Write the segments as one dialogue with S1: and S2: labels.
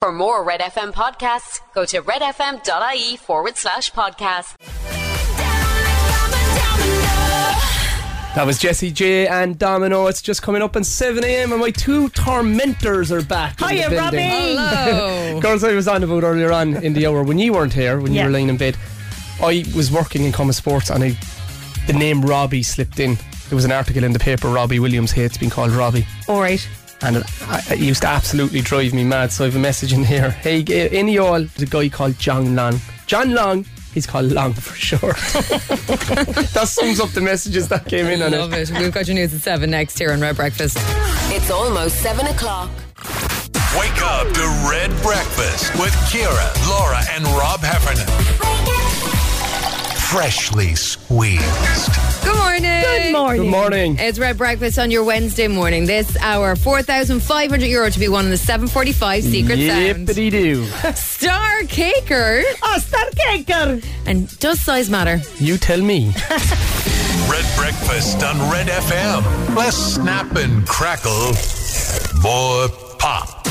S1: For more Red FM podcasts, go to redfm.ie forward slash podcast.
S2: That was Jesse J and Domino. It's just coming up in 7 a.m. and my two tormentors are back. in the
S3: Hiya,
S2: building.
S3: Robbie.
S4: Hello.
S2: Girls, I was on about earlier on in the hour when you weren't here, when
S3: Yeah.
S2: you were laying in bed. I was working in Common Sports and I, the name Robbie slipped in. There was an article in the paper Robbie Williams hates being called Robbie.
S3: All right.
S2: And it, I- it used to absolutely drive me mad. So I have a message in here. Hey, g- in the all, there's a guy called John Long. John Long, he's called Long for sure. that sums up the messages that came in on it.
S4: Love it. We've got your news at seven next here on Red Breakfast.
S1: It's almost 7 o'clock.
S5: Wake up to Red Breakfast with Kira, Laura, and Rob Heffernan. Freshly squeezed.
S4: Good morning.
S3: Good morning.
S2: Good morning.
S4: It's Red Breakfast on your Wednesday morning. This hour, 4,500 euro to be won in the 745 Secret Sound.
S2: Yippity doo.
S4: Star Caker.
S3: Oh, Star Caker.
S4: And does size matter?
S2: You tell me.
S5: Red Breakfast on Red FM. Less snap and crackle, more pop.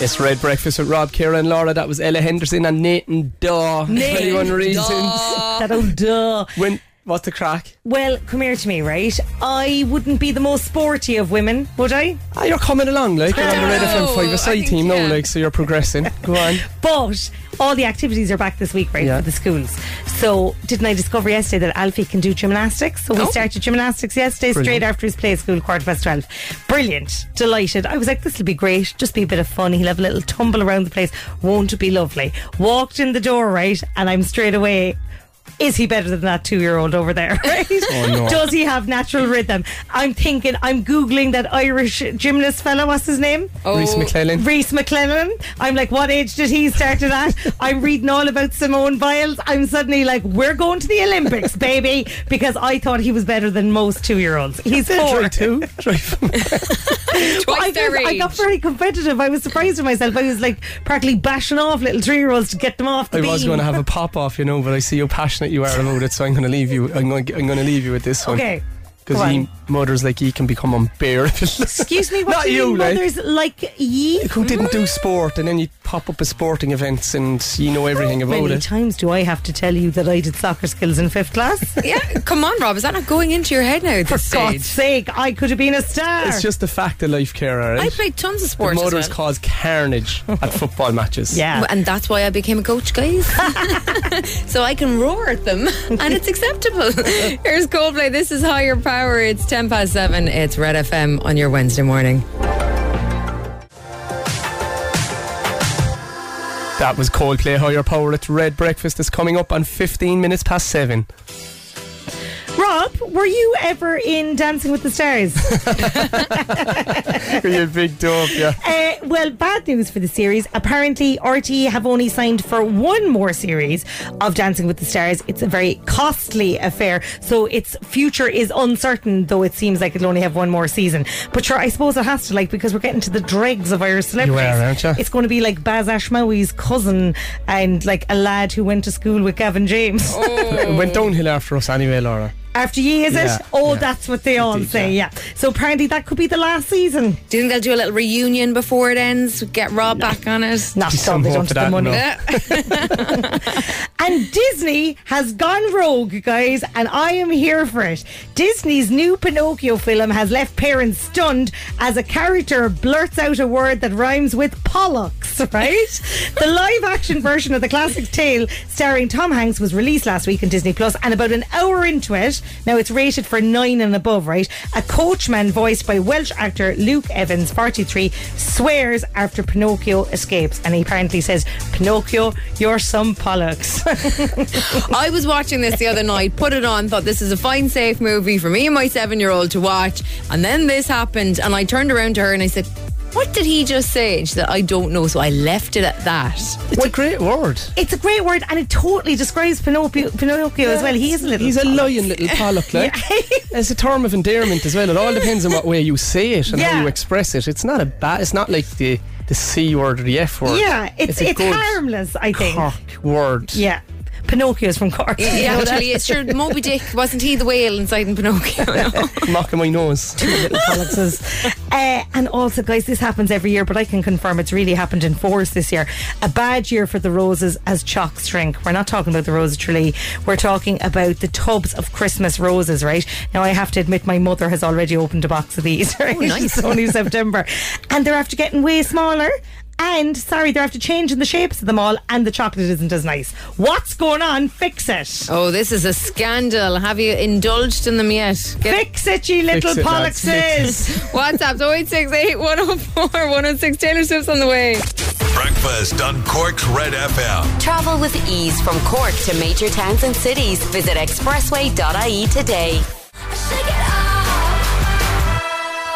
S2: It's Red Breakfast with Rob, Kira, and Laura. That was Ella Henderson and Nathan Daw.
S3: Nathan
S2: 21 Reasons.
S3: That old duh.
S2: When, what's the crack?
S3: Well, come here to me, right? I wouldn't be the most sporty of women, would I?
S2: Ah, you're coming along, like. You're on the Red
S4: I know,
S2: FM 5
S4: I
S2: side
S4: think,
S2: team,
S4: yeah.
S2: no, like, so you're progressing. Go on.
S3: But all the activities are back this week, right,
S2: Yeah.
S3: for the schools. So, didn't I discover yesterday that Alfie can do gymnastics? So, we
S4: Oh.
S3: started gymnastics yesterday,
S2: Brilliant.
S3: straight after his play school, quarter past 12. Brilliant. Delighted. I was like, this will be great. Just be a bit of fun. He'll have a little tumble around the place. Won't it be lovely? Walked in the door, right, and I'm straight away. Is he better than that two year old over there? Right?
S2: Oh, no.
S3: Does he have natural rhythm? I'm thinking, I'm Googling that Irish gymnast fella. What's his name?
S4: Oh,
S2: Reese McClellan.
S3: Reese McClellan. I'm like, what age did he start it at? I'm reading all about Simone Biles. I'm suddenly like, we're going to the Olympics, baby, because I thought he was better than most two year olds. He's
S2: Try
S3: four.
S2: two. Try four.
S4: Twice
S3: I,
S4: their
S3: guess I got
S4: age.
S3: very competitive. I was surprised with myself. I was like practically bashing off little three year olds to get them off the
S2: I was
S3: beam.
S2: going to have a pop off, you know, but I see how passionate you are about it, so I'm going to leave you. I'm going. I'm going to leave you with this one.
S3: Okay.
S2: Because
S3: go
S2: he
S3: on.
S2: mothers like he can become unbearable.
S3: Excuse me, what
S2: Not
S3: do you,
S2: you,
S3: mean
S2: like.
S3: mothers like ye?
S2: Who didn't do sport, and then you pop up at sporting events, and you know everything
S3: How
S2: about
S3: many
S2: it.
S3: times do I have to tell you that I did soccer skills in fifth class?
S4: Yeah, come on, Rob. Is that not going into your head now at
S3: For
S4: this
S3: God's
S4: stage?
S3: sake, I could have been a star.
S2: It's just a fact of life, Cara.
S4: I
S2: Right?
S4: played tons of
S2: The
S4: sports. as
S2: mothers
S4: well.
S2: cause carnage at football matches.
S3: yeah.
S4: And that's why I became a coach, guys. so I can roar at them, and it's acceptable. Here's Coldplay. This is Higher Power. It's 10 past 7. It's Red FM on your Wednesday morning.
S2: That was Coldplay. Higher power. It's Red Breakfast is coming up on 15 minutes past seven.
S3: Rob, were you ever in Dancing with the Stars?
S2: you big dope, yeah.
S3: uh, well, bad news for the series. Apparently, RTE have only signed for one more series of Dancing with the Stars. It's a very costly affair, so its future is uncertain, though it seems like it'll only have one more season. But sure, I suppose it has to, like, because we're getting to the dregs of Irish celebrities.
S2: aren't you?
S3: It's going to be like Baz Ashmawi's cousin and, like, a lad who went to school with Gavin James.
S2: It went downhill after us anyway, Laura.
S3: After ye, is
S2: Yeah,
S3: it? Oh,
S2: yeah.
S3: that's what they all
S2: Indeed,
S3: say, yeah. So apparently that could be the last season.
S4: Do you think they'll do a little reunion before it ends? Get Rob back on it?
S3: Not
S2: Just
S3: done, they
S2: some hope
S3: don't
S2: for
S3: have the
S2: that,
S3: money.
S2: no.
S4: Yeah.
S3: And Disney has gone rogue, guys, and I am here for it. Disney's new Pinocchio film has left parents stunned as a character blurts out a word that rhymes with pollocks, right? the live action version of the classic tale starring Tom Hanks was released last week on Disney Plus, and about an hour into it, now it's rated for nine and above, right? A coachman voiced by Welsh actor Luke Evans, 43, swears after Pinocchio escapes, and he apparently says, Pinocchio, you're some pollocks.
S4: I was watching this the other night, put it on, thought this is a fine, safe movie for me and my seven year old to watch. And then this happened, and I turned around to her and I said, What did he just say? And she said, I don't know. So I left it at that.
S2: It's a great word.
S3: It's a great word, and it totally describes Pinocchio, Pinocchio as well. He is a little.
S2: He's a lion little pollock, like. It's a term of endearment as well. It all depends on what way you say it and how
S3: Yeah.
S2: you express it. It's not a bad. It's not like the the c word or the f word.
S3: yeah, it's it's,
S2: a good
S3: harmless. I think.
S2: cock word.
S3: Yeah. Pinocchio's from Cork. You
S4: Yeah,
S3: know that?
S4: actually, it's sure Moby Dick wasn't he the whale inside in Pinocchio? No.
S2: Knocking my nose.
S3: little pollixes. Uh, and also, guys, this happens every year, but I can confirm it's really happened in fours this year. A bad year for the roses as chocks shrink. We're not talking about the rose tree. We're talking about the tubs of Christmas roses, right? Now, I have to admit, my mother has already opened a box of these, right?
S4: nice.
S3: it's only September. And they're after getting way smaller. And sorry, they're after changing the shapes of them all, and the chocolate isn't as nice. What's going on? Fix it.
S4: Oh, this is a scandal. Have you indulged in them yet? Get
S3: Fix it, you little
S2: it, lads, fix it.
S3: pollixes.
S4: WhatsApp 0868 104 106. Taylor Swift's on the way.
S5: Breakfast on Cork's Red FM.
S1: Travel with ease from Cork to major towns and cities. Visit expressway.ie today.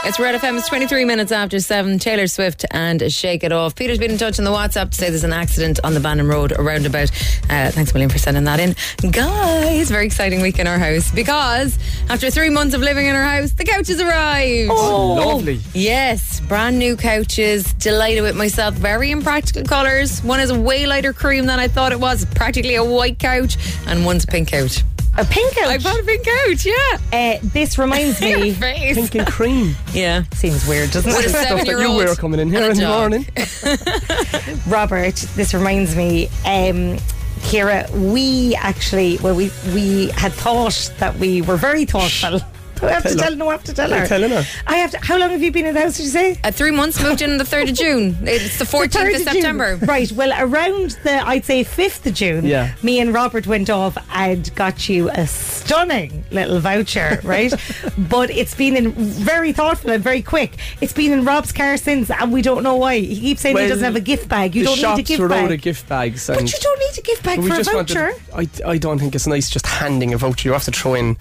S4: It's Red FM. It's 23 minutes after 7. Taylor Swift and Shake It Off. Peter's been in touch on the WhatsApp to say there's an accident on the Bannon Road around about. Uh, thanks, William, for sending that in. Guys, very exciting week in our house because after three months of living in our house, the couch has arrived.
S2: Oh.
S3: Oh.
S2: Lovely.
S4: Yes, brand new couches. Delighted with myself. Very impractical colours. One is a way lighter cream than I thought it was. Practically a white couch. And one's a pink couch.
S3: A pink couch.
S4: I bought a pink couch, yeah.
S3: Uh, this reminds
S4: Your
S3: me.
S4: face.
S2: Pink and cream.
S4: Yeah.
S3: Seems weird, doesn't
S4: What
S3: it?
S4: is that?
S2: Stuff that you
S4: Seven-year-old
S2: were coming in here
S4: and a
S2: in the
S4: dog.
S2: morning.
S3: Robert, this reminds me. Um, Kira, we actually, well, we we had thought that we were very thoughtful. Do I have to
S2: Tell her.
S3: tell? No, I have to tell
S2: You're
S3: her.
S2: telling her.
S3: I have to. How long have you been in the house? Did you say?
S4: Uh, three months moved in on the 3rd of June. It's the 14th
S3: The 3rd
S4: of
S3: June.
S4: September.
S3: Right. Well, around the I'd say fifth of June.
S2: Yeah.
S3: Me and Robert went off and got you a stunning little voucher, right? but it's been in very thoughtful and very quick. It's been in Rob's car since, and we don't know why. He keeps saying he
S2: Well,
S3: doesn't have a gift bag. You
S2: the
S3: don't
S2: shops
S3: need a gift
S2: were
S3: bag.
S2: out of gift bags. And
S3: but you don't need a gift bag
S2: we
S3: for a
S2: just
S3: voucher.
S2: Wanted, I, I don't think it's nice just handing a voucher. You have to throw in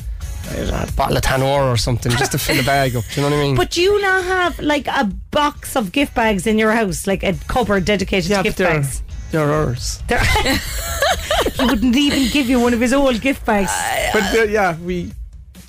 S2: uh, a bottle of Tanor or something just to fill the bag up. Do you know what I mean?
S3: But do you now have like a box of gift bags in your house, like a cupboard dedicated
S2: yeah,
S3: to
S2: but
S3: gift
S2: they're,
S3: bags?
S2: they're ours.
S3: He wouldn't even give you one of his old gift bags.
S2: but they're- yeah, we.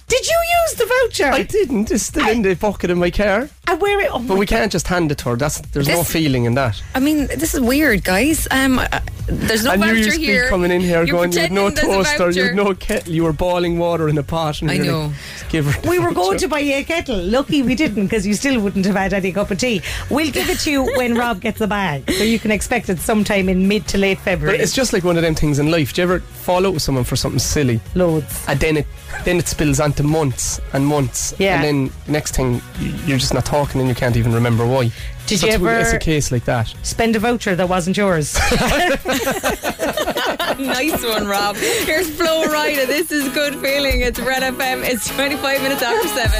S3: Did you use the voucher?
S2: I didn't. It's still in the pocket in my car.
S3: I wear it. Oh my
S2: But we can't just hand it to her. That's there's no
S4: This-
S2: feeling in that.
S4: I mean, this is weird, guys. Um, uh, there's no
S2: I
S4: voucher
S2: knew you'd
S4: here.
S2: be coming in here
S4: You're
S2: going, you'd no
S4: pretending there's a
S2: toaster, you'd
S4: voucher."
S2: no kettle, you were boiling water in a pot. And
S4: I
S2: you're
S4: know.
S2: Like, "Just give her the
S3: We were
S2: voucher."
S3: going to buy you a kettle. Lucky we didn't, because you still wouldn't have had any cup of tea. We'll give it to you when Rob gets the bag, so you can expect it sometime in mid to late February.
S2: But it's just like one of them things in life. Do you ever fall out with someone for something silly?
S3: loads.
S2: and then it then it spills onto months and months.
S3: Yeah.
S2: And then next thing y- you're just not talking and you can't even remember why.
S3: Did
S2: So
S3: you
S2: it's w-
S3: ever-
S2: It's a case like that.
S3: Spend a voucher that wasn't yours.
S4: Nice one, Rob. Here's Flo Rida. This is good feeling. It's Red FM. It's 25 minutes after 7.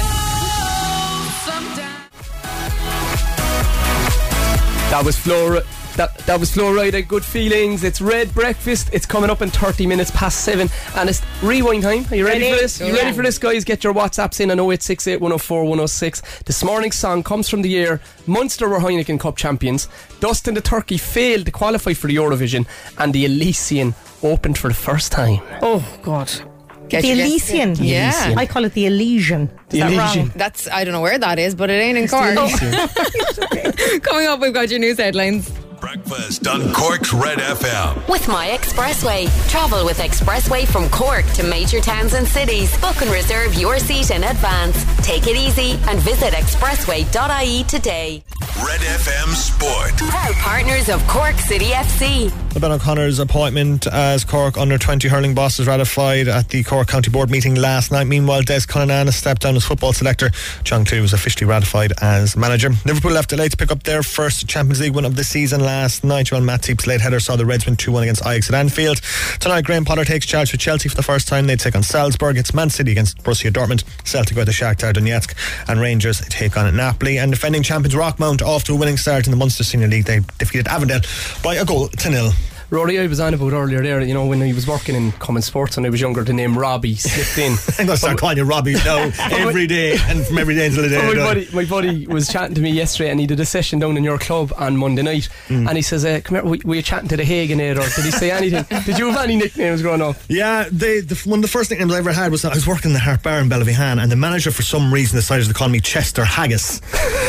S2: That was Flora. That, that was Flo Rida, Good Feelings. It's Red Breakfast. It's coming up in 30 minutes past 7 and it's rewind time. Are you ready,
S3: Ready?
S2: for this? You ready for this, guys? Get your WhatsApps in oh on 0868 104 106. This morning's song comes from the year Munster were Heineken Cup champions, Dustin the Turkey failed to qualify for the Eurovision, and the Elysian opened for the first time.
S3: oh God.
S4: Get
S3: the
S4: your guess.
S3: Elysian.
S4: Yeah.
S2: Elysian.
S3: I call it the Elysian. Is
S2: The
S3: that
S2: Elysian.
S3: wrong?
S4: That's I don't know where that is, but it ain't in Cork. Coming up, we've got your news headlines.
S5: Breakfast on Cork's Red FM.
S1: With My Expressway. Travel with Expressway from Cork to major towns and cities. Book and reserve your seat in advance. Take it easy and visit expressway.ie today.
S5: Red FM Sport.
S1: Proud partners of Cork City FC.
S6: Ben O'Connor's appointment as Cork under 20 hurling boss is ratified at the Cork County Board meeting last night. Meanwhile, Des Conanan has stepped down as football selector. John Clear was officially ratified as manager. Liverpool left LA to pick up their first Champions League win of the season last night. Joel Matip's late header saw the Reds win 2 1 against Ajax at Anfield. Tonight, Graham Potter takes charge for Chelsea for the first time. They take on Salzburg. It's Man City against Borussia Dortmund. Celtic go to Shakhtar Donetsk. And Rangers take on Napoli. And defending champions Rockmount off to a winning start in the Munster Senior League. They defeated Avondale by a goal to nil.
S2: Rory, I was on about earlier there, you know, when I was working in Common Sports and I was younger, the name Robbie slipped in.
S6: I'm going to start calling you Robbie now every day and from every day until the day.
S2: my,
S6: I die.
S2: buddy, my buddy was chatting to me yesterday and he did a session down in your club on Monday night and he says, uh, Come here, we, were you chatting to the Hagen there, or did he say anything? did you have any nicknames growing up?
S6: Yeah, they, the, one of the first nicknames I ever had was I was working in the Harp Bar in Bellevihan, and the manager for some reason decided to call me Chester Haggis.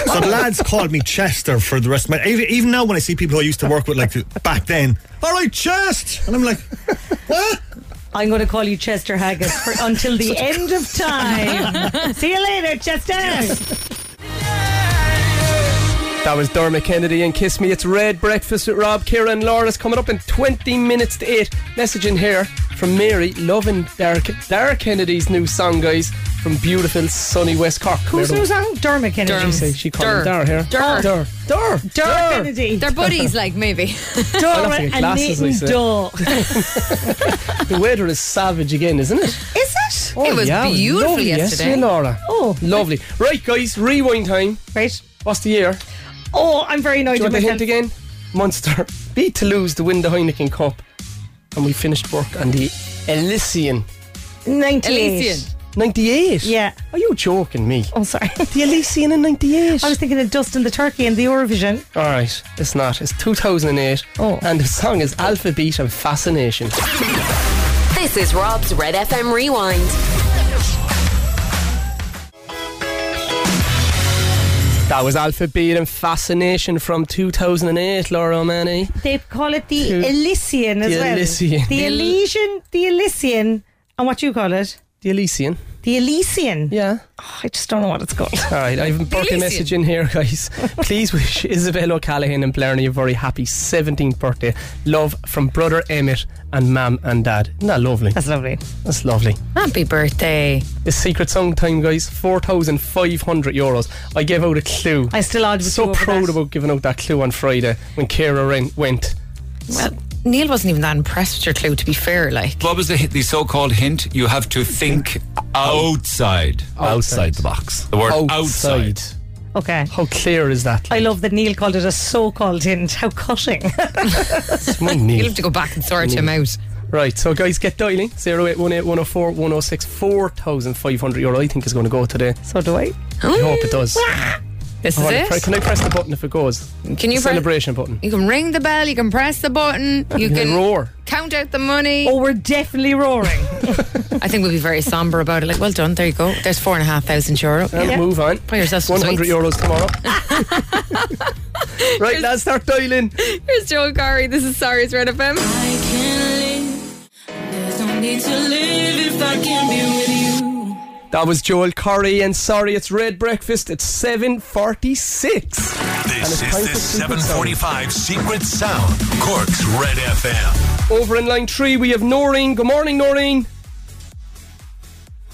S6: So the lads called me Chester for the rest of my even, even now when I see people who I used to work with like back then. All right, Chest, and I'm like, what?
S3: I'm going to call you Chester Haggis for, until the end of time. See you later, Chester.
S2: That was Dermot Kennedy and Kiss Me. It's Red Breakfast with Rob, Kira, and Laura's coming up in 20 minutes to 8. Message in here from Mary, loving Dara, Dara Kennedy's new song, guys, from beautiful sunny West Cork.
S3: Who's
S2: Where
S3: new
S2: the-
S3: song? Dermot Kennedy.
S4: Derm.
S2: Say she called
S4: Dur.
S2: him Dara here.
S4: Dur.
S2: Dar. Dar.
S3: Dermot Kennedy.
S4: They're buddies, like maybe.
S2: I'll
S3: Dora
S2: have to get
S3: and
S2: glasses,
S3: Nathan
S2: Lisa.
S3: Daw.
S2: The weather is savage again, isn't it?
S3: Is it?
S2: Oh,
S4: It was beautiful
S2: lovely
S4: yesterday.
S2: Laura.
S3: Oh.
S2: lovely. Right, guys, rewind time.
S3: Right.
S2: What's the year?
S3: Oh, I'm very annoyed
S2: Do you
S3: with
S2: want the
S3: myself.
S2: hint again? Munster beat Toulouse to win the Heineken Cup, and we finished work on the Elysian
S3: 98.
S4: Elysian.
S2: 98.
S3: Yeah.
S2: Are you joking me?
S3: Oh, sorry.
S2: The Elysian in 98.
S3: I was thinking of Dustin the Turkey and the Eurovision.
S2: All right, it's not. It's 2008.
S3: Oh.
S2: And the song is Alpha Beat and Fascination.
S1: This is Rob's Red FM Rewind.
S2: That was Alpha Beat and Fascination from 2008, Laura O'Many.
S3: They call it the Elysian as
S2: The
S3: well.
S2: Elysian.
S3: The Elysian. The Elysian. And what do you call it?
S2: The Elysian.
S3: The Elysian.
S2: Yeah.
S3: Oh, I just don't know what it's called.
S2: All right, I've brought a
S4: Elysian.
S2: message in here, guys. Please wish Isabel O'Callaghan and Blarney a very happy 17th birthday. Love from brother Emmett and mam and dad. Isn't that lovely?
S3: That's lovely.
S2: That's lovely.
S4: Happy birthday.
S2: It's secret song time, guys. 4,500 euros. I gave out a clue.
S3: I still odd with you
S2: so
S3: over
S2: proud
S3: that.
S2: about giving out that clue on Friday when Kira ren- went.
S4: Well, Uh, Neil wasn't even that impressed with your clue, to be fair. Like,
S7: What was the, hi- the so-called hint? You have to think outside,
S2: Outside
S7: the box. The word outside.
S3: Okay.
S2: How clear is that?
S3: I love that Neil called it a so-called hint. How cutting.
S2: It's my
S4: you'll
S2: knee.
S4: have to go back and sort him
S2: Mm.
S4: out.
S2: Right, so guys, get dialing 0818 104 106 4,500 euro. I think is going to go today.
S3: so do I.
S2: I hope it does.
S4: This
S2: All right,
S4: is
S2: pre-
S4: it.
S2: can I press Oh, the button if it goes?
S4: Can you
S2: The
S4: press-
S2: celebration button?
S4: You can ring the bell, you can press the button, you
S2: can
S4: can
S2: roar.
S4: count out the money.
S3: Oh, we're definitely roaring.
S4: I think we'll be very somber about it. Like, well done, there you go. There's four and a half thousand euro.
S2: And
S4: Yeah.
S2: move on.
S4: Buy yourself some
S2: 100
S4: sweets.
S2: euros tomorrow. right, lads, start dialing.
S4: Here's Joel Curry. This is Sorry's Red FM.
S8: I can live. There's no need to live if I can be with you.
S2: That was Joel Corey, and sorry, it's Red Breakfast. It's 7.46.
S5: This
S2: And it's time
S5: is
S2: for
S5: the
S2: Secret Sound.
S5: 745 Secret Sound, Cork's Red FM.
S2: Over in line three, we have Noreen. Good morning, Noreen.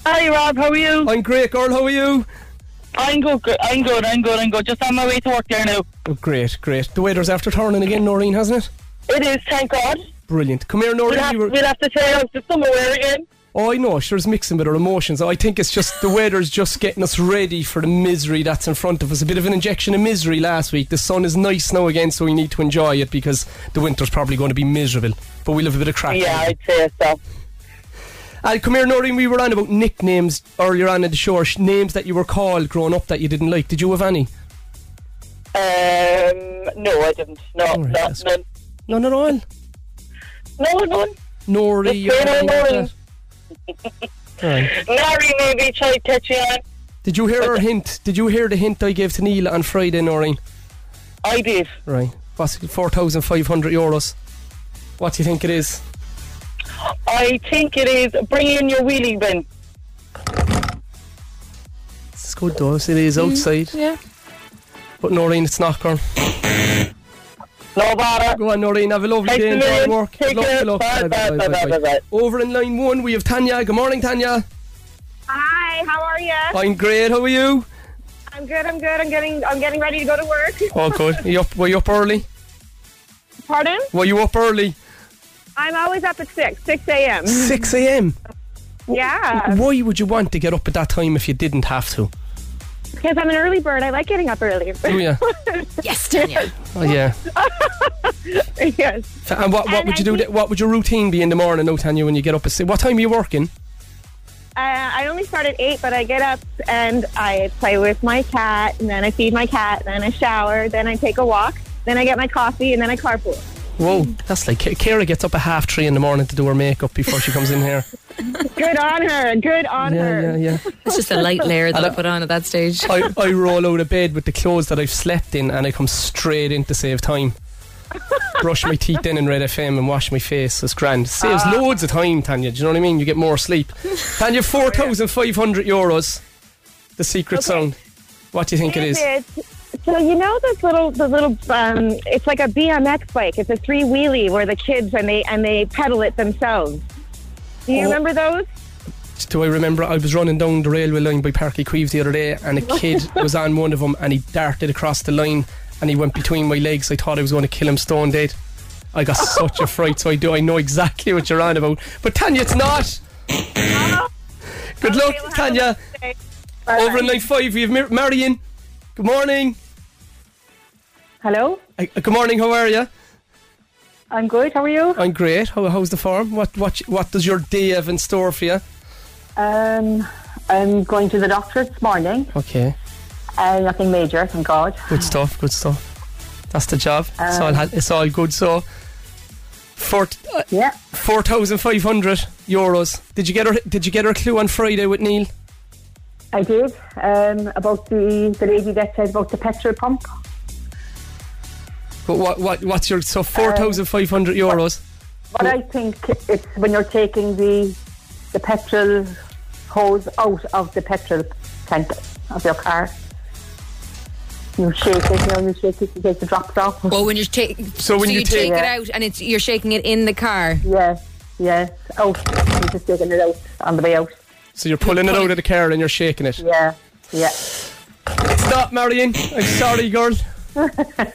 S9: Hi Rob, how are you?
S2: I'm great, girl. How are you?
S9: I'm good. gr- I'm good. I'm good. I'm good. Just on my way to work there now.
S2: Oh, great, great. The weather's after turning again, Noreen, hasn't it?
S9: It is, thank God.
S2: Brilliant. Come here, Noreen.
S9: We'll have,
S2: you were-
S9: we'll have to tear out the summer wear again.
S2: Oh, I know. Sure, it's mixing with our emotions. I think it's just the weather's just getting us ready for the misery that's in front of us. A bit of an injection of misery last week. The sun is nice now again, so we need to enjoy it because the winter's probably going to be miserable. But we'll have a bit of crack.
S9: Yeah, I'd say so.
S2: Uh, come here, Noreen. We were on about nicknames earlier on in the show. sh- Names that you were called growing up that you didn't like. Did you have any?
S9: Um, no, I didn't. No,
S2: right,
S9: no,
S2: that's-
S9: none.
S2: None at all.
S9: No, none.
S2: Norrie.
S9: Just
S2: or
S9: plain old
S2: anything
S9: Noreen.
S2: like that? Right.
S9: Larry maybe tried to catch you on.
S2: Did you hear our hint? Did you hear the hint I gave to Neil on Friday, Noreen?
S9: I did.
S2: Right. What's it? 4,500 euros. What do you think it is?
S9: I think it is bring in your wheelie bin.
S2: It's good though. It is
S9: Mm,
S2: outside.
S4: yeah.
S2: But Noreen, it's not gone.
S9: No bother.
S2: Go on, Noreen. Have a lovely
S9: Thanks
S2: day.
S9: a
S2: Enjoy
S9: million.
S2: work.
S9: Take
S2: good luck.
S9: care.
S2: Good luck.
S9: Bye, bye, bye, bye, bye.
S2: Over in line one, we have Tanya. Good morning, Tanya.
S10: Hi, how are you?
S2: I'm great. How are you?
S10: I'm good. I'm good. I'm getting. I'm getting ready to go to work.
S2: Oh, good. Are you up, were you up early?
S10: Pardon?
S2: Were you up early?
S10: I'm always up at six, six a.m.
S2: 6 a.m.
S10: Yeah,
S2: Why would you want to get up at that time if you didn't have to?
S10: because I'm an early bird. I like getting up early.
S2: Do you?
S4: Yes, Tanya.
S2: Oh, yeah.
S10: yes.
S2: And what, what
S10: And
S2: would
S10: I
S2: you do?
S10: think-
S2: th- What would your routine be in the morning, though, Tanya, when you get up at six? What time are you working?
S10: Uh, I only start at eight, but I get up and I play with my cat, and then I feed my cat, and then I shower, then I take a walk, then I get my coffee, and then I carpool.
S2: Whoa, that's like Kira gets up at half three in the morning to do her makeup before she comes in here.
S10: Good on her. Good on
S2: Yeah,
S10: her.
S2: yeah, yeah.
S4: It's just a light layer that I put on at that stage.
S2: I, I roll out of bed with the clothes that I've slept in and I come straight in to save time. brush my teeth in in Red FM and wash my face. It's grand. Saves loads of time, Tanya. Do you know what I mean? You get more sleep. Tanya, 4,500 euros. The secret sound. What do you think it is?
S10: So you know this little, the little, um, it's like a BMX bike. It's a three wheelie where the kids and they and they pedal it themselves. Do you
S2: Oh.
S10: remember those?
S2: Do I remember? I was running down the railway line by Parky Creeves the other day, and a kid was on one of them, and he darted across the line, and he went between my legs. I thought I was going to kill him stone dead. I got such a fright, so I do. I know exactly what you're on about. But Tanya, it's not. Good luck, Tanya. Over in line five, we have Mar- Marion. Good morning. uh,
S10: Hello.
S2: good morning. How are you?
S10: I'm good. How are you?
S2: I'm great. How, how's the farm? What what what does your day have in store for you?
S11: Um, I'm going to the doctor this morning.
S2: Okay.
S11: Uh, nothing major, thank God.
S2: Good stuff. Good stuff. That's the job. it's all
S11: Um,
S2: ha- it's all good. So, four yeah four thousand five hundred euros. Did you get her? Did you get her clue on Friday with Neil?
S11: I did um, about the, the lady that said about the petrol pump.
S2: But what what what's your
S11: Um,
S2: so four thousand five hundred euros?
S11: But I think it's when you're taking the the petrol hose out of the petrol tank of your car. You shake it, you, know, you shake it, you take the drops off.
S4: Well, when you take
S11: So when you take-
S4: take
S11: Yeah.
S4: it out and it's you're shaking it in the car.
S11: Yes, yes. Out. You're just taking it out on the way out.
S2: So you're pulling it out of the car and you're shaking it.
S11: Yeah, yeah.
S2: Stop, Marion. I'm sorry, girl.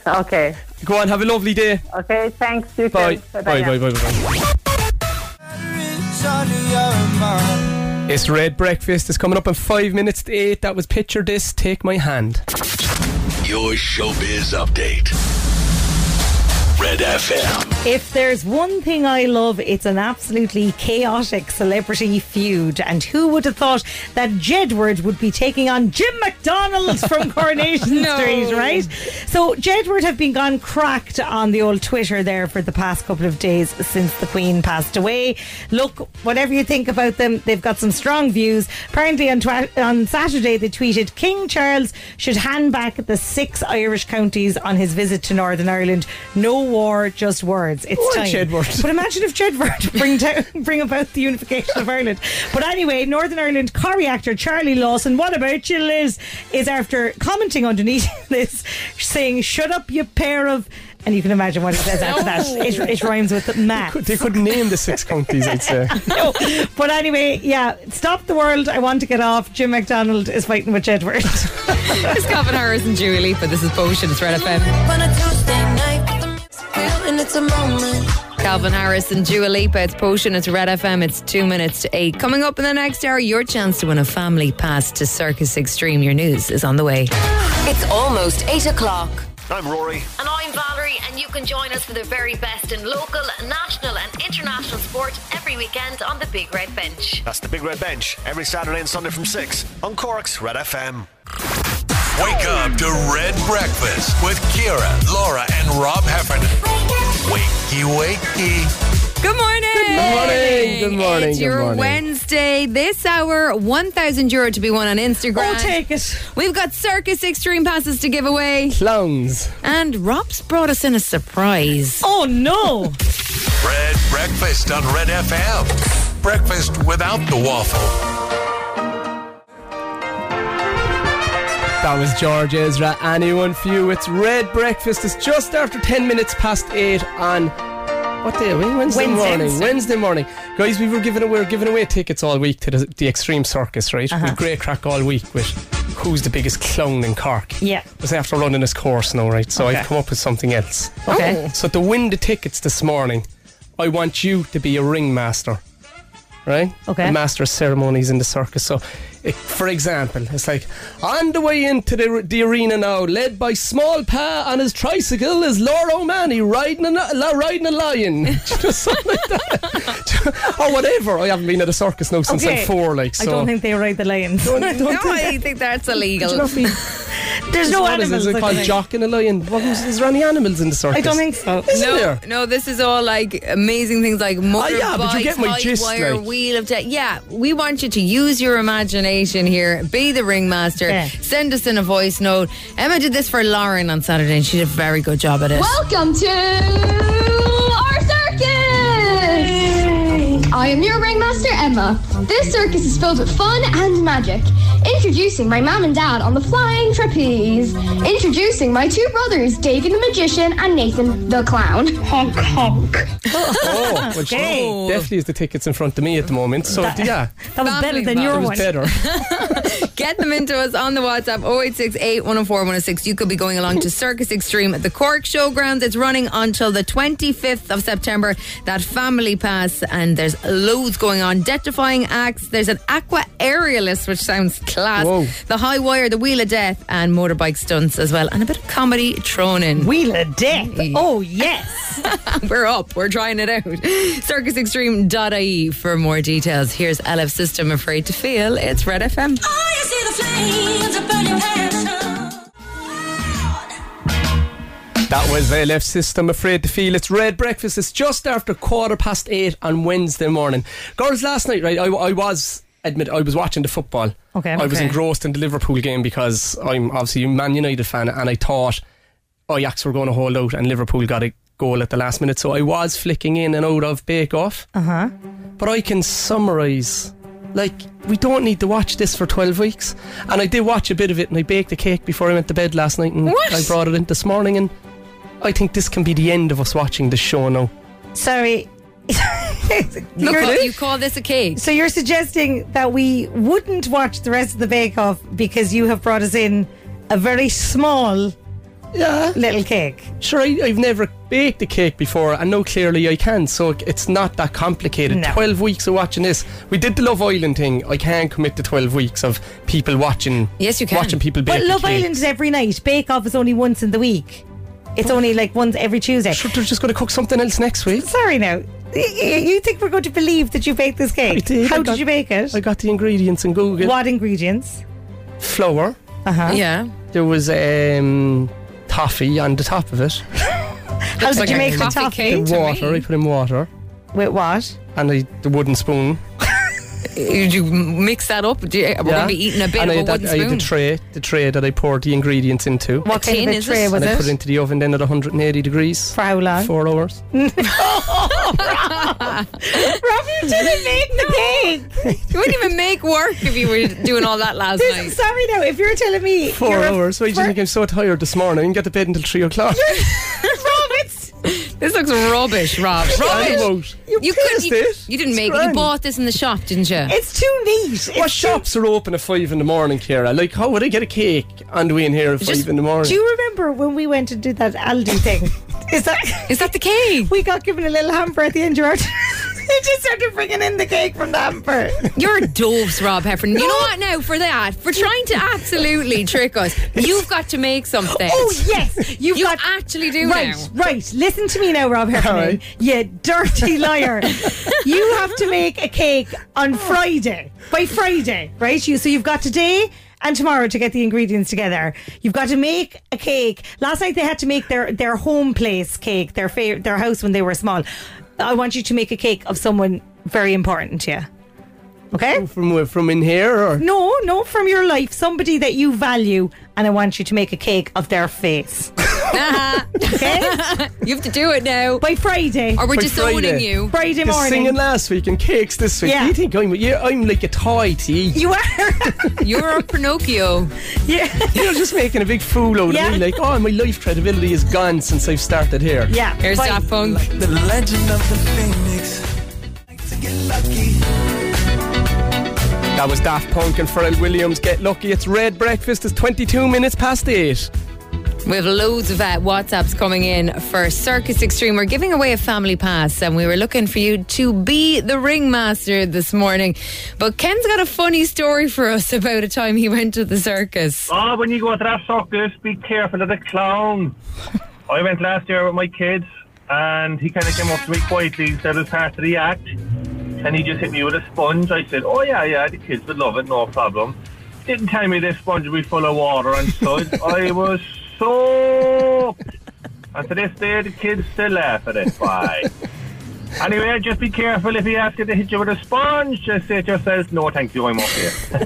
S11: okay.
S2: Go on. Have a lovely day.
S11: Okay. Thanks. You
S2: Bye.
S11: too.
S2: Bye. Bye.
S11: Bye-bye now.
S2: Bye. Bye. Bye. It's Red Breakfast. It's coming up in five minutes to eight. That was Picture This, Take My Hand.
S5: Your showbiz update. Red FM.
S3: If there's one thing I love, it's an absolutely chaotic celebrity feud. And who would have thought that Jedward would be taking on Jim McDonald from Coronation
S12: No.
S3: Street, right? So Jedward have been gone cracked on the old Twitter there for the past couple of days since the Queen passed away. Look, whatever you think about them, they've got some strong views. Apparently on twa- on Saturday they tweeted King Charles should hand back the six Irish counties on his visit to Northern Ireland. No war, just words. It's
S2: Or
S3: time.
S2: Jedward.
S3: But imagine if Jedward bring down, bring about the unification of Ireland. But anyway, Northern Ireland Corrie actor Charlie Lawson, what about you, Liz? Is after commenting underneath this, saying, "Shut up, you pair of," and you can imagine what he says after that. It, it rhymes with mad.
S2: They could name the six counties, I'd say.
S3: no. But anyway, yeah, stop the world. I want to get off. Jim McDonald is fighting with Oh, Jedward.
S4: it's Calvin Harris and Julie Lee, but this is Potion. It's Red FM.
S8: On a Tuesday night, the music's real and it's a moment.
S4: Calvin Harris and Dua Lipa. It's Potion. It's Red FM. It's two minutes to eight. Coming up in the next hour, your chance to win a family pass to Circus Extreme. Your news is on the way.
S1: It's almost 8 o'clock.
S5: I'm Rory.
S1: And I'm Valerie, and you can join us for the very best in local, national, and international sport every weekend on the Big Red Bench.
S13: That's the Big Red Bench every Saturday and Sunday from 6 on Cork's Red FM.
S5: Wake up to Red Breakfast with Kira, Laura, and Rob Heffernan. Wakey, wakey.
S4: Good morning. Good
S2: morning. Good morning.
S4: It's
S2: Good
S4: your
S2: morning.
S4: Wednesday this hour. One thousand euro to be won on Instagram.
S3: Oh, take it.
S4: We've got Circus Extreme passes to give away.
S2: Clowns.
S4: And Rob's brought us in a surprise.
S3: Oh no!
S5: Red Breakfast on Red FM. Breakfast without the waffle.
S2: That was George Ezra. Anyone for you? It's Red Breakfast. It's just after 10 minutes past 8 on. What day are we? Wednesday,
S14: Wednesday.
S2: morning. Wednesday morning. Guys, we were giving away, we were giving away tickets all week to the, the Extreme Circus, right?
S3: Uh-huh.
S2: We had great crack all week with who's the biggest clown in Cork.
S3: Yeah.
S2: It's after running this course now, right? So I've
S3: Okay.
S2: come up with something else.
S3: Okay.
S2: So to win the tickets this morning, I want you to be a ringmaster, right?
S3: Okay.
S2: The master of ceremonies in the circus. So, it, for example, it's like on the way into the, the arena now, led by Small Pa on his tricycle, is Laura O'Mahony riding a la, riding a lion, Just something like that, or whatever. I haven't been at a circus now since I'm four, like so.
S3: I don't think they ride the lions.
S4: no, I think that's illegal.
S3: Could you not be- There's no
S2: what is it? Is
S3: animals,
S2: it
S3: I
S2: called
S3: think.
S2: jock and a lion? What was, is there any animals in the circus?
S4: I don't think so.
S2: Is
S4: no,
S2: there?
S4: no, this is all like amazing things like motorbikes,
S2: Oh, yeah, but you get my
S4: high
S2: gist,
S4: wire,
S2: like.
S4: wheel of death. Yeah, we want you to use your imagination here. Be the ringmaster.
S12: Yeah.
S4: Send us in a voice note. Emma did this for Lauren on Saturday, and she did a very good job at it.
S12: Welcome to our circus! I am your ringmaster, Emma. This circus is filled with fun and magic. Introducing my mom and dad on the flying trapeze. Introducing my two brothers, David the magician and Nathan the clown. Honk honk.
S2: Oh, which definitely is the tickets in front of me at the moment. So
S4: That-
S2: yeah,
S4: that was better than your
S2: It was
S4: one.
S2: better.
S4: Get them into us on the WhatsApp 0868 104 106. You could be going along to Circus Extreme at the Cork Showgrounds. It's running until the 25th of September. That family pass, and there's loads going on. Death defying acts. There's an aqua aerialist, which sounds class. The high wire, the wheel of death, and motorbike stunts as well. And a bit of comedy thrown in.
S3: Wheel of death. Oh, yes.
S4: We're up. We're trying it out. Circusextreme.ie E. for more details. Here's LF System Afraid to Feel. It's Red FM.
S2: That was the LF system. Afraid to feel it's red breakfast. It's just after quarter past eight on Wednesday morning. Girls, last night, right? I, I was admit I was watching the football.
S14: Okay.
S2: I was
S14: Okay.
S2: engrossed in the Liverpool game because I'm obviously a Man United fan, and I thought Ajax were going to hold out, and Liverpool got a goal at the last minute. So I was flicking in and out of Bake Off.
S3: Uh huh.
S2: but I can summarise. Like, we don't need to watch this for 12 weeks. And I did watch a bit of it and I baked a cake before I went to bed last night and
S3: What?
S2: I brought it in this morning. And I think this can be the end of us watching the show now.
S3: Sorry.
S4: Look,
S3: You're-
S4: you call this a cake.
S3: So you're suggesting that we wouldn't watch the rest of the Bake Off because you have brought us in a very small little cake.
S2: Sure, I, I've never baked a cake before and now clearly I can. So it's not that complicated. 12 weeks of watching this. We did the Love Island thing. I can't commit to 12 weeks of people watching.
S4: Yes, you can.
S2: Watching people bake
S3: But
S2: a
S3: Love
S2: cake.
S3: Island is every night. Bake Off is only once in the week. It's only like once every Tuesday. Sure,
S2: they're just going to cook something else next week.
S3: Sorry now. Y- y- You think we're going to believe that you baked this cake? How
S2: I
S3: did
S2: got-
S3: you bake it? I
S2: got the ingredients in Google.
S3: What ingredients?
S2: flour.
S3: Uh huh. Yeah.
S2: There was um, toffee on the top of it.
S3: How did you make the toffee?
S2: The water. I put in water.
S3: With what?
S2: And I, the wooden spoon.
S4: Did you mix that up? Do you, we're
S2: Yeah.
S4: going to be eating a bit
S2: and I
S4: of a
S2: had that-
S4: wooden
S2: I had
S4: spoon.
S2: the tray, the tray that I poured the ingredients into.
S4: What A kind of tin, a is tray it? was
S2: and I put
S4: it?
S2: it into the oven then at 180 degrees. For
S3: how long?
S2: Four hours.
S3: Rob, you didn't make the cake.
S4: you wouldn't even make work if you were doing all that last
S3: This-
S4: night.
S3: Sorry now, if you're telling me
S2: Four
S3: you're a-
S2: hours. Why do you think I'm so tired this morning? I didn't get to bed until three o'clock.
S3: Roberts.
S4: This looks rubbish, Rob.
S2: Yeah, I won't.
S4: Rubbish. You couldn't. You,
S2: this.
S4: you didn't
S2: It's
S4: make it. You
S2: grand.
S4: bought this in the shop, didn't you?
S3: It's too neat.
S2: What shops are open at five in the morning, Kira? Like, how would I get a cake on the way in here at five in the morning?
S3: Do you remember when we went to do that Aldi thing? Is that
S4: is that the cake?
S3: We got given a little hamper at the end, Gerard. you just started bringing in the cake from the hamper.
S4: You're a dose, Rob Heffernan. You know what now for that? For trying to absolutely trick us. You've got to make something.
S3: Oh yes, you've
S4: you
S3: got
S4: actually do
S3: right,
S4: now.
S3: right. Listen to me now, Rob Heffernan.
S4: right.
S3: You dirty liar! you have to make a cake on Friday by Friday, right? You so you've got today. And tomorrow to get the ingredients together, you've got to make a cake. Last night they had to make their their home place cake, their fa- their house when they were small. I want you to make a cake of someone very important to you. Okay.
S2: From uh, from in here or
S3: No, no, from your life, somebody that you value, and I want you to make a cake of their face.
S4: you have to do it now
S3: by Friday,
S4: or we're
S2: By
S4: disowning
S2: Friday.
S4: you.
S3: Friday
S2: Because
S3: morning.
S2: Singing last week and cakes this week.
S3: Yeah.
S2: Do you think I'm? Yeah, I'm like a toy to eat.
S3: You are.
S4: You're a Pinocchio.
S3: Yeah.
S2: You're just making a big fool out
S4: Yeah.
S2: of me. Like, oh, my life credibility is gone since I've started here.
S3: Yeah.
S4: Here's Daft Punk.
S5: The legend of the Phoenix.
S2: That was Daft Punk and Pharrell Williams. Get lucky. It's red breakfast. It's 22 minutes past eight.
S4: We have loads of uh, WhatsApps coming in for Circus Extreme. We're giving away a family pass, and we were looking for you to be the ringmaster this morning. But Ken's got a funny story for us about a time he went to the circus.
S15: Oh, when you go to that circus, be careful of the clown. I went last year with my kids, and he kind of came up to me quietly and said it was part of the act. And he just hit me with a sponge. I said, Oh, yeah, yeah, the kids would love it, no problem. didn't tell me this sponge would be full of water and such. I was soaked. And to this day, the kids still laugh at it. Why? Anyway, just be careful if he asks you to hit you with a sponge. Just say to yourself, no, thank you, I'm up here.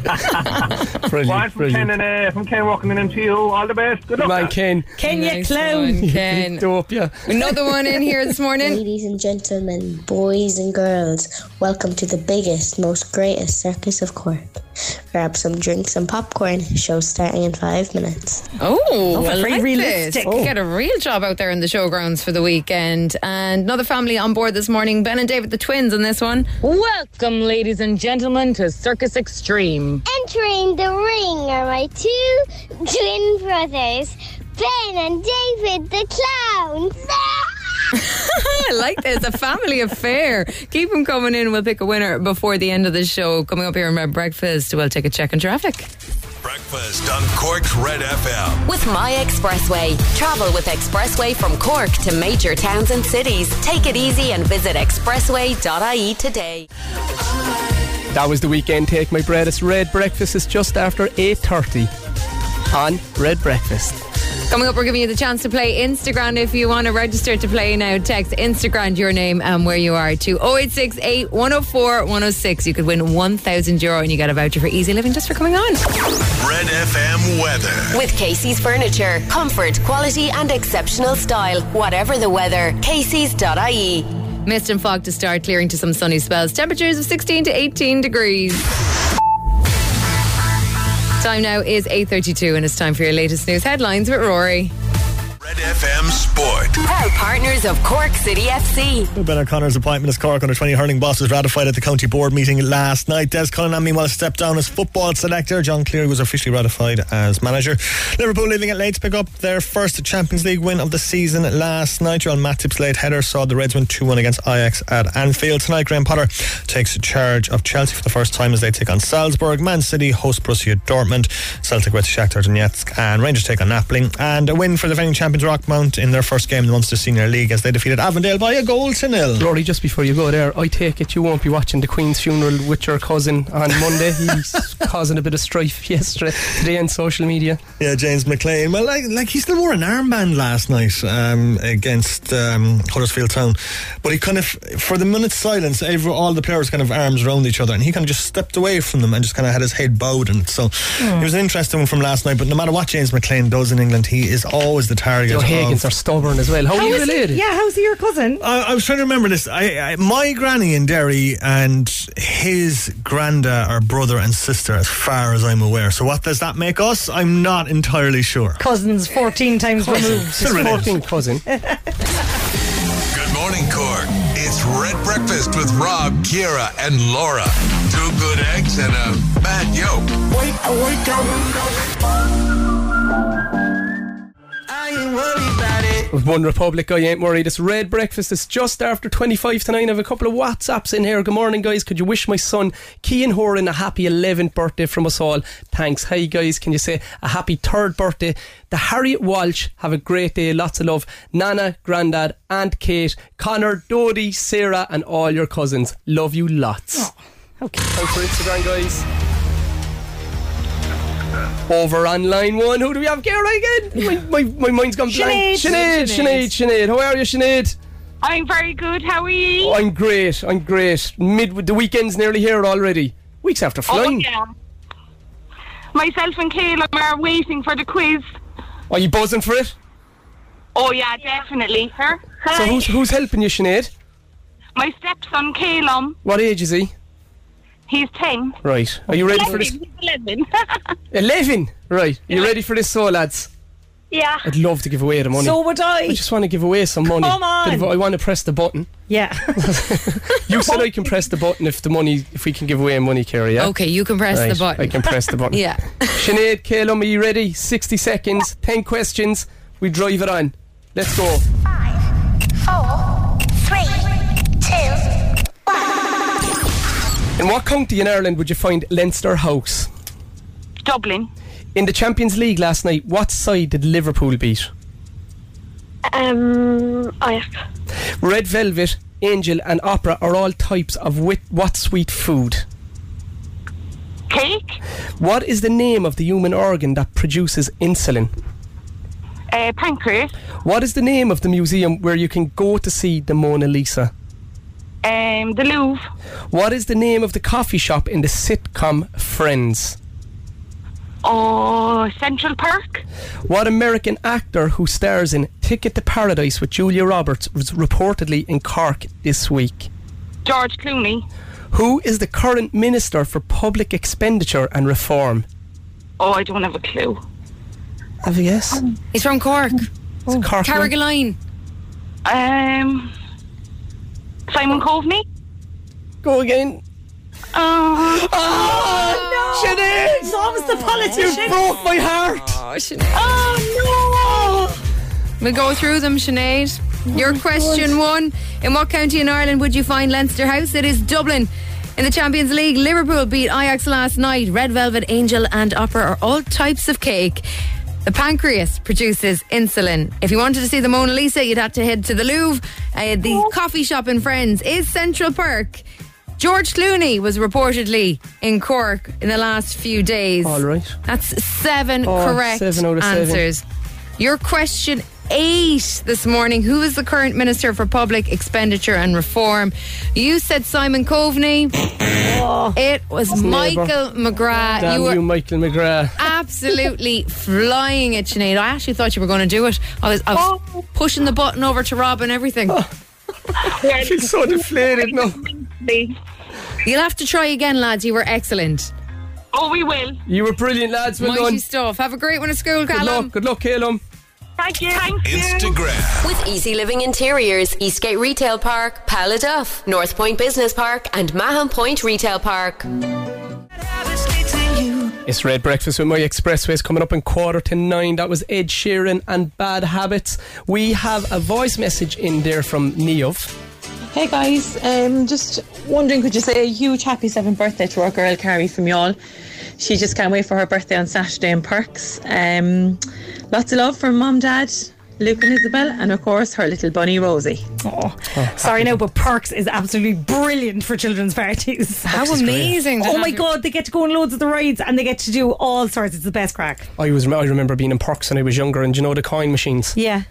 S2: Brilliant,
S15: Brian from
S2: brilliant.
S15: Ken and uh, from Ken Walking in MTU. All the best. Good luck.
S2: Man, Ken.
S3: Ken, you
S4: Nice
S3: clown.
S4: one, Ken.
S2: Dope, yeah.
S4: Another one in here this morning.
S14: Ladies and gentlemen, boys and girls, welcome to the biggest, most greatest circus of Cork. Grab some drinks and popcorn. Show starting in five minutes.
S4: Oh,
S14: Oh,
S4: I
S14: very
S4: like
S14: realistic.
S4: This. Oh. Get a real job out there in the showgrounds for the weekend. And another family on board this morning. Ben and David, the twins, on this one.
S16: Welcome, ladies and gentlemen, to Circus Extreme.
S17: Entering the ring are my two twin brothers, Ben and David the clowns.
S4: I like this. A family affair. Keep them coming in. We'll pick a winner before the end of the show. Coming up here on Red Breakfast, we'll take a check on traffic.
S5: Breakfast on Cork's Red FM.
S1: With My Expressway, travel with Expressway from Cork to major towns and cities. Take it easy and visit expressway.ie E today.
S2: That was the weekend take my bread. It's Red Breakfast. It's just after 8.30 on Red Breakfast.
S4: Coming up, we're giving you the chance to play Instagram. If you want to register to play now, text Instagram your name and where you are to 0868 104 106. You could win 1,000 euro and you get a voucher for easy living just for coming on.
S5: Red FM weather.
S1: With Casey's Furniture, comfort, quality, and exceptional style. Whatever the weather, Casey's.ie.
S4: Mist and fog to start, clearing to some sunny spells. Temperatures of 16 to 18 degrees. Time now is 8.32 and it's time for your latest news headlines with Rory.
S5: Red FM Sport.
S1: Proud partners of Cork City FC.
S6: Ben O'Connor's appointment as Cork under 20 hurling boss was ratified at the county board meeting last night. Des Cullinan, meanwhile, stepped down as football selector. John Cleary was officially ratified as manager. Liverpool leaving it late to pick up their first Champions League win of the season last night. John Matip's late header saw the Reds win 2 1 against Ajax at Anfield. Tonight, Graham Potter takes charge of Chelsea for the first time as they take on Salzburg. Man City host Borussia Dortmund. Celtic with Shakhtar Donetsk and Rangers take on Napoli. And a win for the defending champions Rockmount in their first game in the Munster Senior League as they defeated Avondale by a goal to nil.
S2: Rory, just before you go there, I take it you won't be watching the Queen's funeral with your cousin on Monday. He's causing a bit of strife yesterday, today on social media.
S6: Yeah, James McLean. Well, like, like he still wore an armband last night um, against um, Huddersfield Town, but he kind of, for the minute silence, every, all the players kind of arms around each other, and he kind of just stepped away from them and just kind of had his head bowed. And so
S2: Hmm.
S6: it was an interesting one from last night. But no matter what James McLean does in England, he is always the target.
S2: The O'Hagans
S6: of-
S2: are stubborn as well. How, are you
S6: is he-
S2: related?
S3: Oh, Yeah, how's he your cousin?
S6: I, I was trying to remember this. I, I, my granny in Derry and his granda are brother and sister, as far as I'm aware. So what does that make us? I'm not entirely sure.
S3: Cousins 14 times removed.
S6: Still related.
S2: cousin.
S5: Good morning, Cork. It's Red Breakfast with Rob, Kira, and Laura. Two good eggs and a bad yolk. Wake, wake
S18: I ain't worried about it.
S2: With One Republic, I ain't worried. It's Red Breakfast. It's just after 25 to 9. I have a couple of WhatsApps in here. Good morning, guys. Could you wish my son, Kean Horan, a happy 11th birthday from us all? Thanks. Hi, guys. Can you say a happy third birthday? The Harriet Walsh, have a great day. Lots of love. Nana, Grandad, Aunt Kate, Connor, Dodie, Sarah, and all your cousins. Love you lots.
S3: okay.
S2: Time for Instagram, guys. Over on line one, who do we have? Kira again? My, my, my mind's gone blank.
S19: Sinead.
S2: Sinead, Sinead, Sinead. How are you, Sinead?
S19: I'm very good. How are you?
S2: Oh, I'm great. I'm great. Mid the weekend's nearly here already. Weeks after flying.
S19: Oh, yeah. Myself and Caleb are waiting for the quiz.
S2: Are you buzzing for it?
S19: Oh yeah, definitely. Her.
S2: So who's who's helping you, Sinead?
S19: My stepson Caleb.
S2: What age is he?
S19: He's ten.
S2: Right. Are you ready for this?
S19: He's Eleven.
S2: Eleven. Right. Are you ready for this, so lads?
S19: yeah.
S2: I'd love to give away the money.
S19: So would I.
S2: I just want to give away some money.
S19: Come on.
S2: Bit of- I want to press the button.
S3: Yeah.
S2: You said I can press the button if the money, if we can give away money, Kerry. Yeah?
S4: Okay, you can press
S2: Right,
S4: the button.
S2: I can press the button.
S4: yeah.
S2: Sinead, Calum, are you ready? 60 seconds, 10 questions. We drive it on. Let's go.
S17: Four, three, two.
S2: In what county in Ireland would you find Leinster House?
S19: Dublin.
S2: In the Champions League last night, what side did Liverpool beat?
S19: Um, I.
S2: Red Velvet, Angel, and Opera are all types of wit- what sweet food?
S19: Cake.
S2: What is the name of the human organ that produces insulin?
S19: Uh, pancreas.
S2: What is the name of the museum where you can go to see the Mona Lisa?
S19: Um, the Louvre.
S2: What is the name of the coffee shop in the sitcom Friends?
S19: Oh, Central Park.
S2: What American actor who stars in Ticket to Paradise with Julia Roberts was reportedly in Cork this week?
S19: George Clooney.
S2: Who is the current Minister for Public Expenditure and Reform?
S19: Oh, I don't have a clue.
S2: Have a guess?
S4: He's from Cork.
S2: It's a Cork name.
S4: Carrigaline.
S19: Um, Simon Coveney.
S2: Go again.
S19: Oh,
S2: oh no! Sinead!
S3: So was the
S2: You
S3: politician.
S2: broke my heart!
S4: Oh, Sinead. Oh, no! We go through them, Sinead.
S2: Oh
S4: Your question one In what county in Ireland would you find Leinster House? It is Dublin. In the Champions League, Liverpool beat Ajax last night. Red Velvet, Angel, and Opera are all types of cake. The pancreas produces insulin. If you wanted to see the Mona Lisa, you'd have to head to the Louvre. Uh, the
S2: Oh.
S4: coffee shop in Friends is Central Park. George Clooney was reportedly in Cork in the last few days.
S2: All right.
S4: That's seven
S2: Oh,
S4: correct
S2: seven out of seven.
S4: answers. Your question eight this morning Who is the current Minister for Public Expenditure and Reform? You said Simon Coveney. It was
S2: It's
S4: Michael McGrath.
S2: Oh, Damn
S4: you
S2: you,
S4: were
S2: Michael McGrath.
S4: absolutely flying it, Sinead. I actually thought you were going to do it. I was, I was
S2: Oh.
S4: pushing the button over to Rob and everything.
S2: I feel so deflated now.
S4: You'll have to try again, lads. You were excellent.
S19: oh, we will.
S2: You were brilliant, lads. Well
S4: Mighty
S2: done.
S4: stuff. Have a great one at school,
S2: Good
S4: Callum.
S2: luck. Good luck, Calum.
S19: Thank you. Thank you.
S5: Instagram.
S1: With Easy Living Interiors, Eastgate Retail Park, Paladuff, North Point Business Park, and Mahon Point Retail Park.
S2: It's Red Breakfast with My Expressways coming up in quarter to nine. That was Ed Sheeran and Bad Habits. We have a voice message in there from Neov.
S20: Hey guys, um, just wondering, could you say a huge happy seventh birthday to our girl Carrie from y'all? She just can't wait for her birthday on Saturday in Perks. Um, lots of love from mum, dad, Luke and Isabel, and of course her little bunny Rosie.
S3: Oh, sorry, no, but Perks is absolutely brilliant for children's parties.
S4: How amazing! to
S3: Oh
S4: have
S3: my
S4: your-
S3: god, they get to go on loads of the rides and they get to do all sorts. It's the best crack.
S2: I was I remember being in Parks when I was younger, and do you know the coin machines.
S3: Yeah,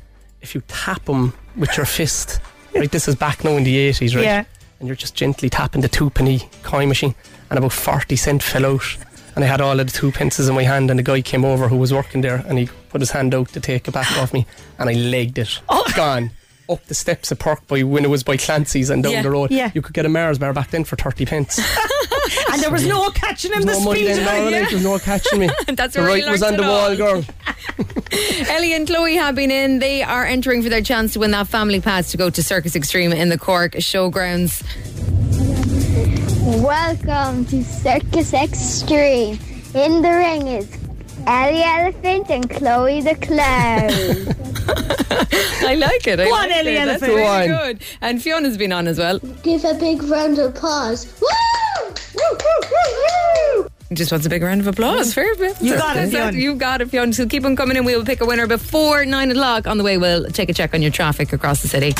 S2: If you tap them with your fist, right? This is back now in the eighties, right?
S3: Yeah.
S2: And you're just gently tapping the two penny coin machine, and about forty cent fell out. And I had all of the two pences in my hand, and the guy came over who was working there, and he put his hand out to take it back off me, and I legged it.
S3: Oh.
S2: Gone. Up the steps of Park by when it was by Clancy's and down
S3: Yeah,
S2: the road.
S3: yeah.
S2: You could get a Mars bar back then for 30 pence.
S3: and there was no catching him. The
S2: no money
S3: speed.
S2: then, Laura, like, there was no catching me.
S4: That's
S2: the
S4: where I
S2: right was on
S4: learnt it
S2: the
S4: all.
S2: wall, girl.
S4: Ellie and Chloe have been in. They are entering for their chance to win that family pass to go to Circus Extreme in the Cork Showgrounds.
S17: Welcome to Circus Extreme. In the ring is Ellie Elephant and Chloe the Clown.
S4: I like it. I
S3: Go on,
S4: like it.
S3: Ellie
S4: That's
S3: Elephant.
S4: really
S2: Go on.
S4: good. And Fiona's been on as well.
S12: Give a big round of applause. Woo! Woo, woo, woo, woo!
S4: Just wants a big round of applause for it.
S3: You got it, Fiona.
S4: You got it, Fiona. So keep them coming in. We will pick a winner before nine o'clock. On the way, we'll take a check on your traffic across the city.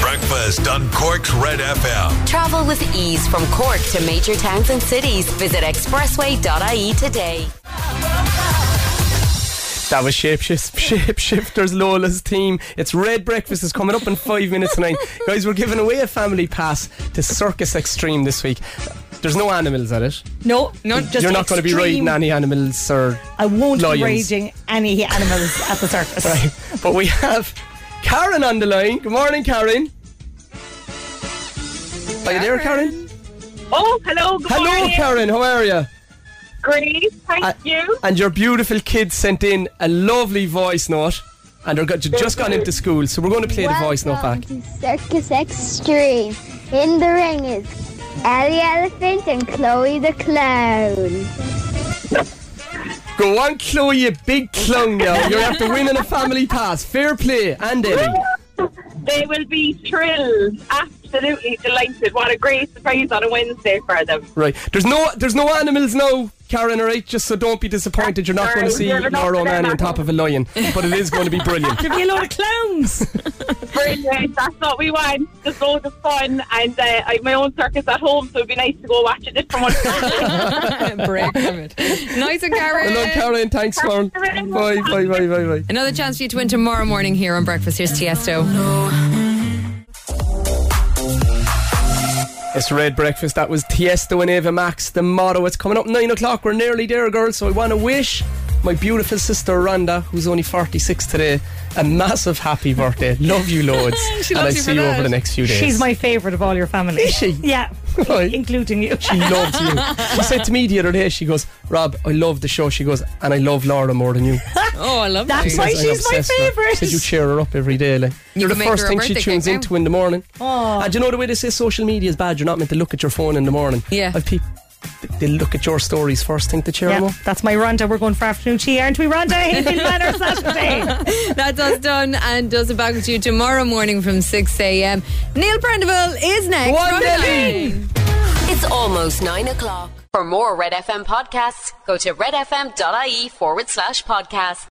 S5: Breakfast on Cork's Red FM.
S1: Travel with ease from Cork to major towns and cities. Visit expressway.ie E today.
S2: That was Shapeshift- Shapeshifters Lola's team. It's Red Breakfast is coming up in five minutes tonight. Guys, we're giving away a family pass to Circus Extreme this week. There's no animals at it.
S3: No, no, just
S2: You're not going to be
S3: extreme-
S2: riding any animals or.
S3: I won't
S2: lions.
S3: be raiding any animals at the circus.
S2: Right. But we have Karen on the line. Good morning, Karen. Are you there, Karen?
S9: Oh, hello. Good
S2: Hello,
S9: morning.
S2: Karen. How are you?
S9: Great. Thank
S2: Uh,
S9: you.
S2: And your beautiful kids sent in a lovely voice note, and they're go- just gone into school, so we're going to play the voice note back.
S17: Welcome to Circus Extreme. In the ring is Ellie Elephant and Chloe the Clown.
S2: Go on, Chloe, you big clown now. You're after winning a family pass. Fair play and Eddie.
S9: They will be thrilled. Absolutely delighted. What a great surprise on a Wednesday for them.
S2: Right. There's no there's no animals now, Karen, all right? Just so don't be disappointed. You're not going to see
S9: You're not
S2: Laura
S9: gonna
S2: O'Malley on
S9: have
S2: top of a lion. But it is going to be brilliant.
S3: There'll be a lot of clowns.
S9: Brilliant. That's what we want. Just loads of fun. And uh, I have my own circus at home, so it'd be nice to go watch a different one.
S4: Break from it. Nice and Karen.
S2: Hello, Karen. Thanks, Lauren. Bye, bye, bye, bye, bye.
S4: Another chance for you to win tomorrow morning here on Breakfast. Here's Tiesto.
S2: It's Red Breakfast. That was Tiesto and Ava Max. The motto. It's coming up nine o'clock. We're nearly there, girls. So I want to wish my beautiful sister Rhonda, who's only 46 today, a massive happy birthday. Love you loads.
S3: She
S2: and I
S3: loves you
S2: see
S3: for
S2: you over
S3: that.
S2: the next few days.
S3: She's my favourite of all your family. Is she? Yeah, including you.
S2: She loves you. She said to me the other day, she goes, Rob, I love the show. She goes, and I love Laura more than you.
S4: Oh, I love
S3: That's
S2: She
S3: why
S2: says, "I'm
S3: she's my
S2: obsessed with her." She said, you
S3: favourite.
S2: cheer her up every day. Like.
S3: You
S2: You're the
S3: can make her
S2: first
S3: a
S2: thing she
S3: birthday
S2: tunes
S3: cake now.
S2: into in the morning.
S3: Oh.
S2: And do you know the way they say social media is bad? You're not meant to look at your phone in the morning. Yeah. I've people, they look at your stories first thing to cheer them
S3: Yeah,
S2: up.
S3: that's my Rhonda. We're going for afternoon tea, aren't we, Rhonda? Hayfield Manor Saturday.
S4: That's us done and does it back with you tomorrow morning from 6 a.m. Neil Prendeville is next. from nine.
S1: It's almost nine o'clock. For more Red FM podcasts, go to redfm.ie E forward slash podcast.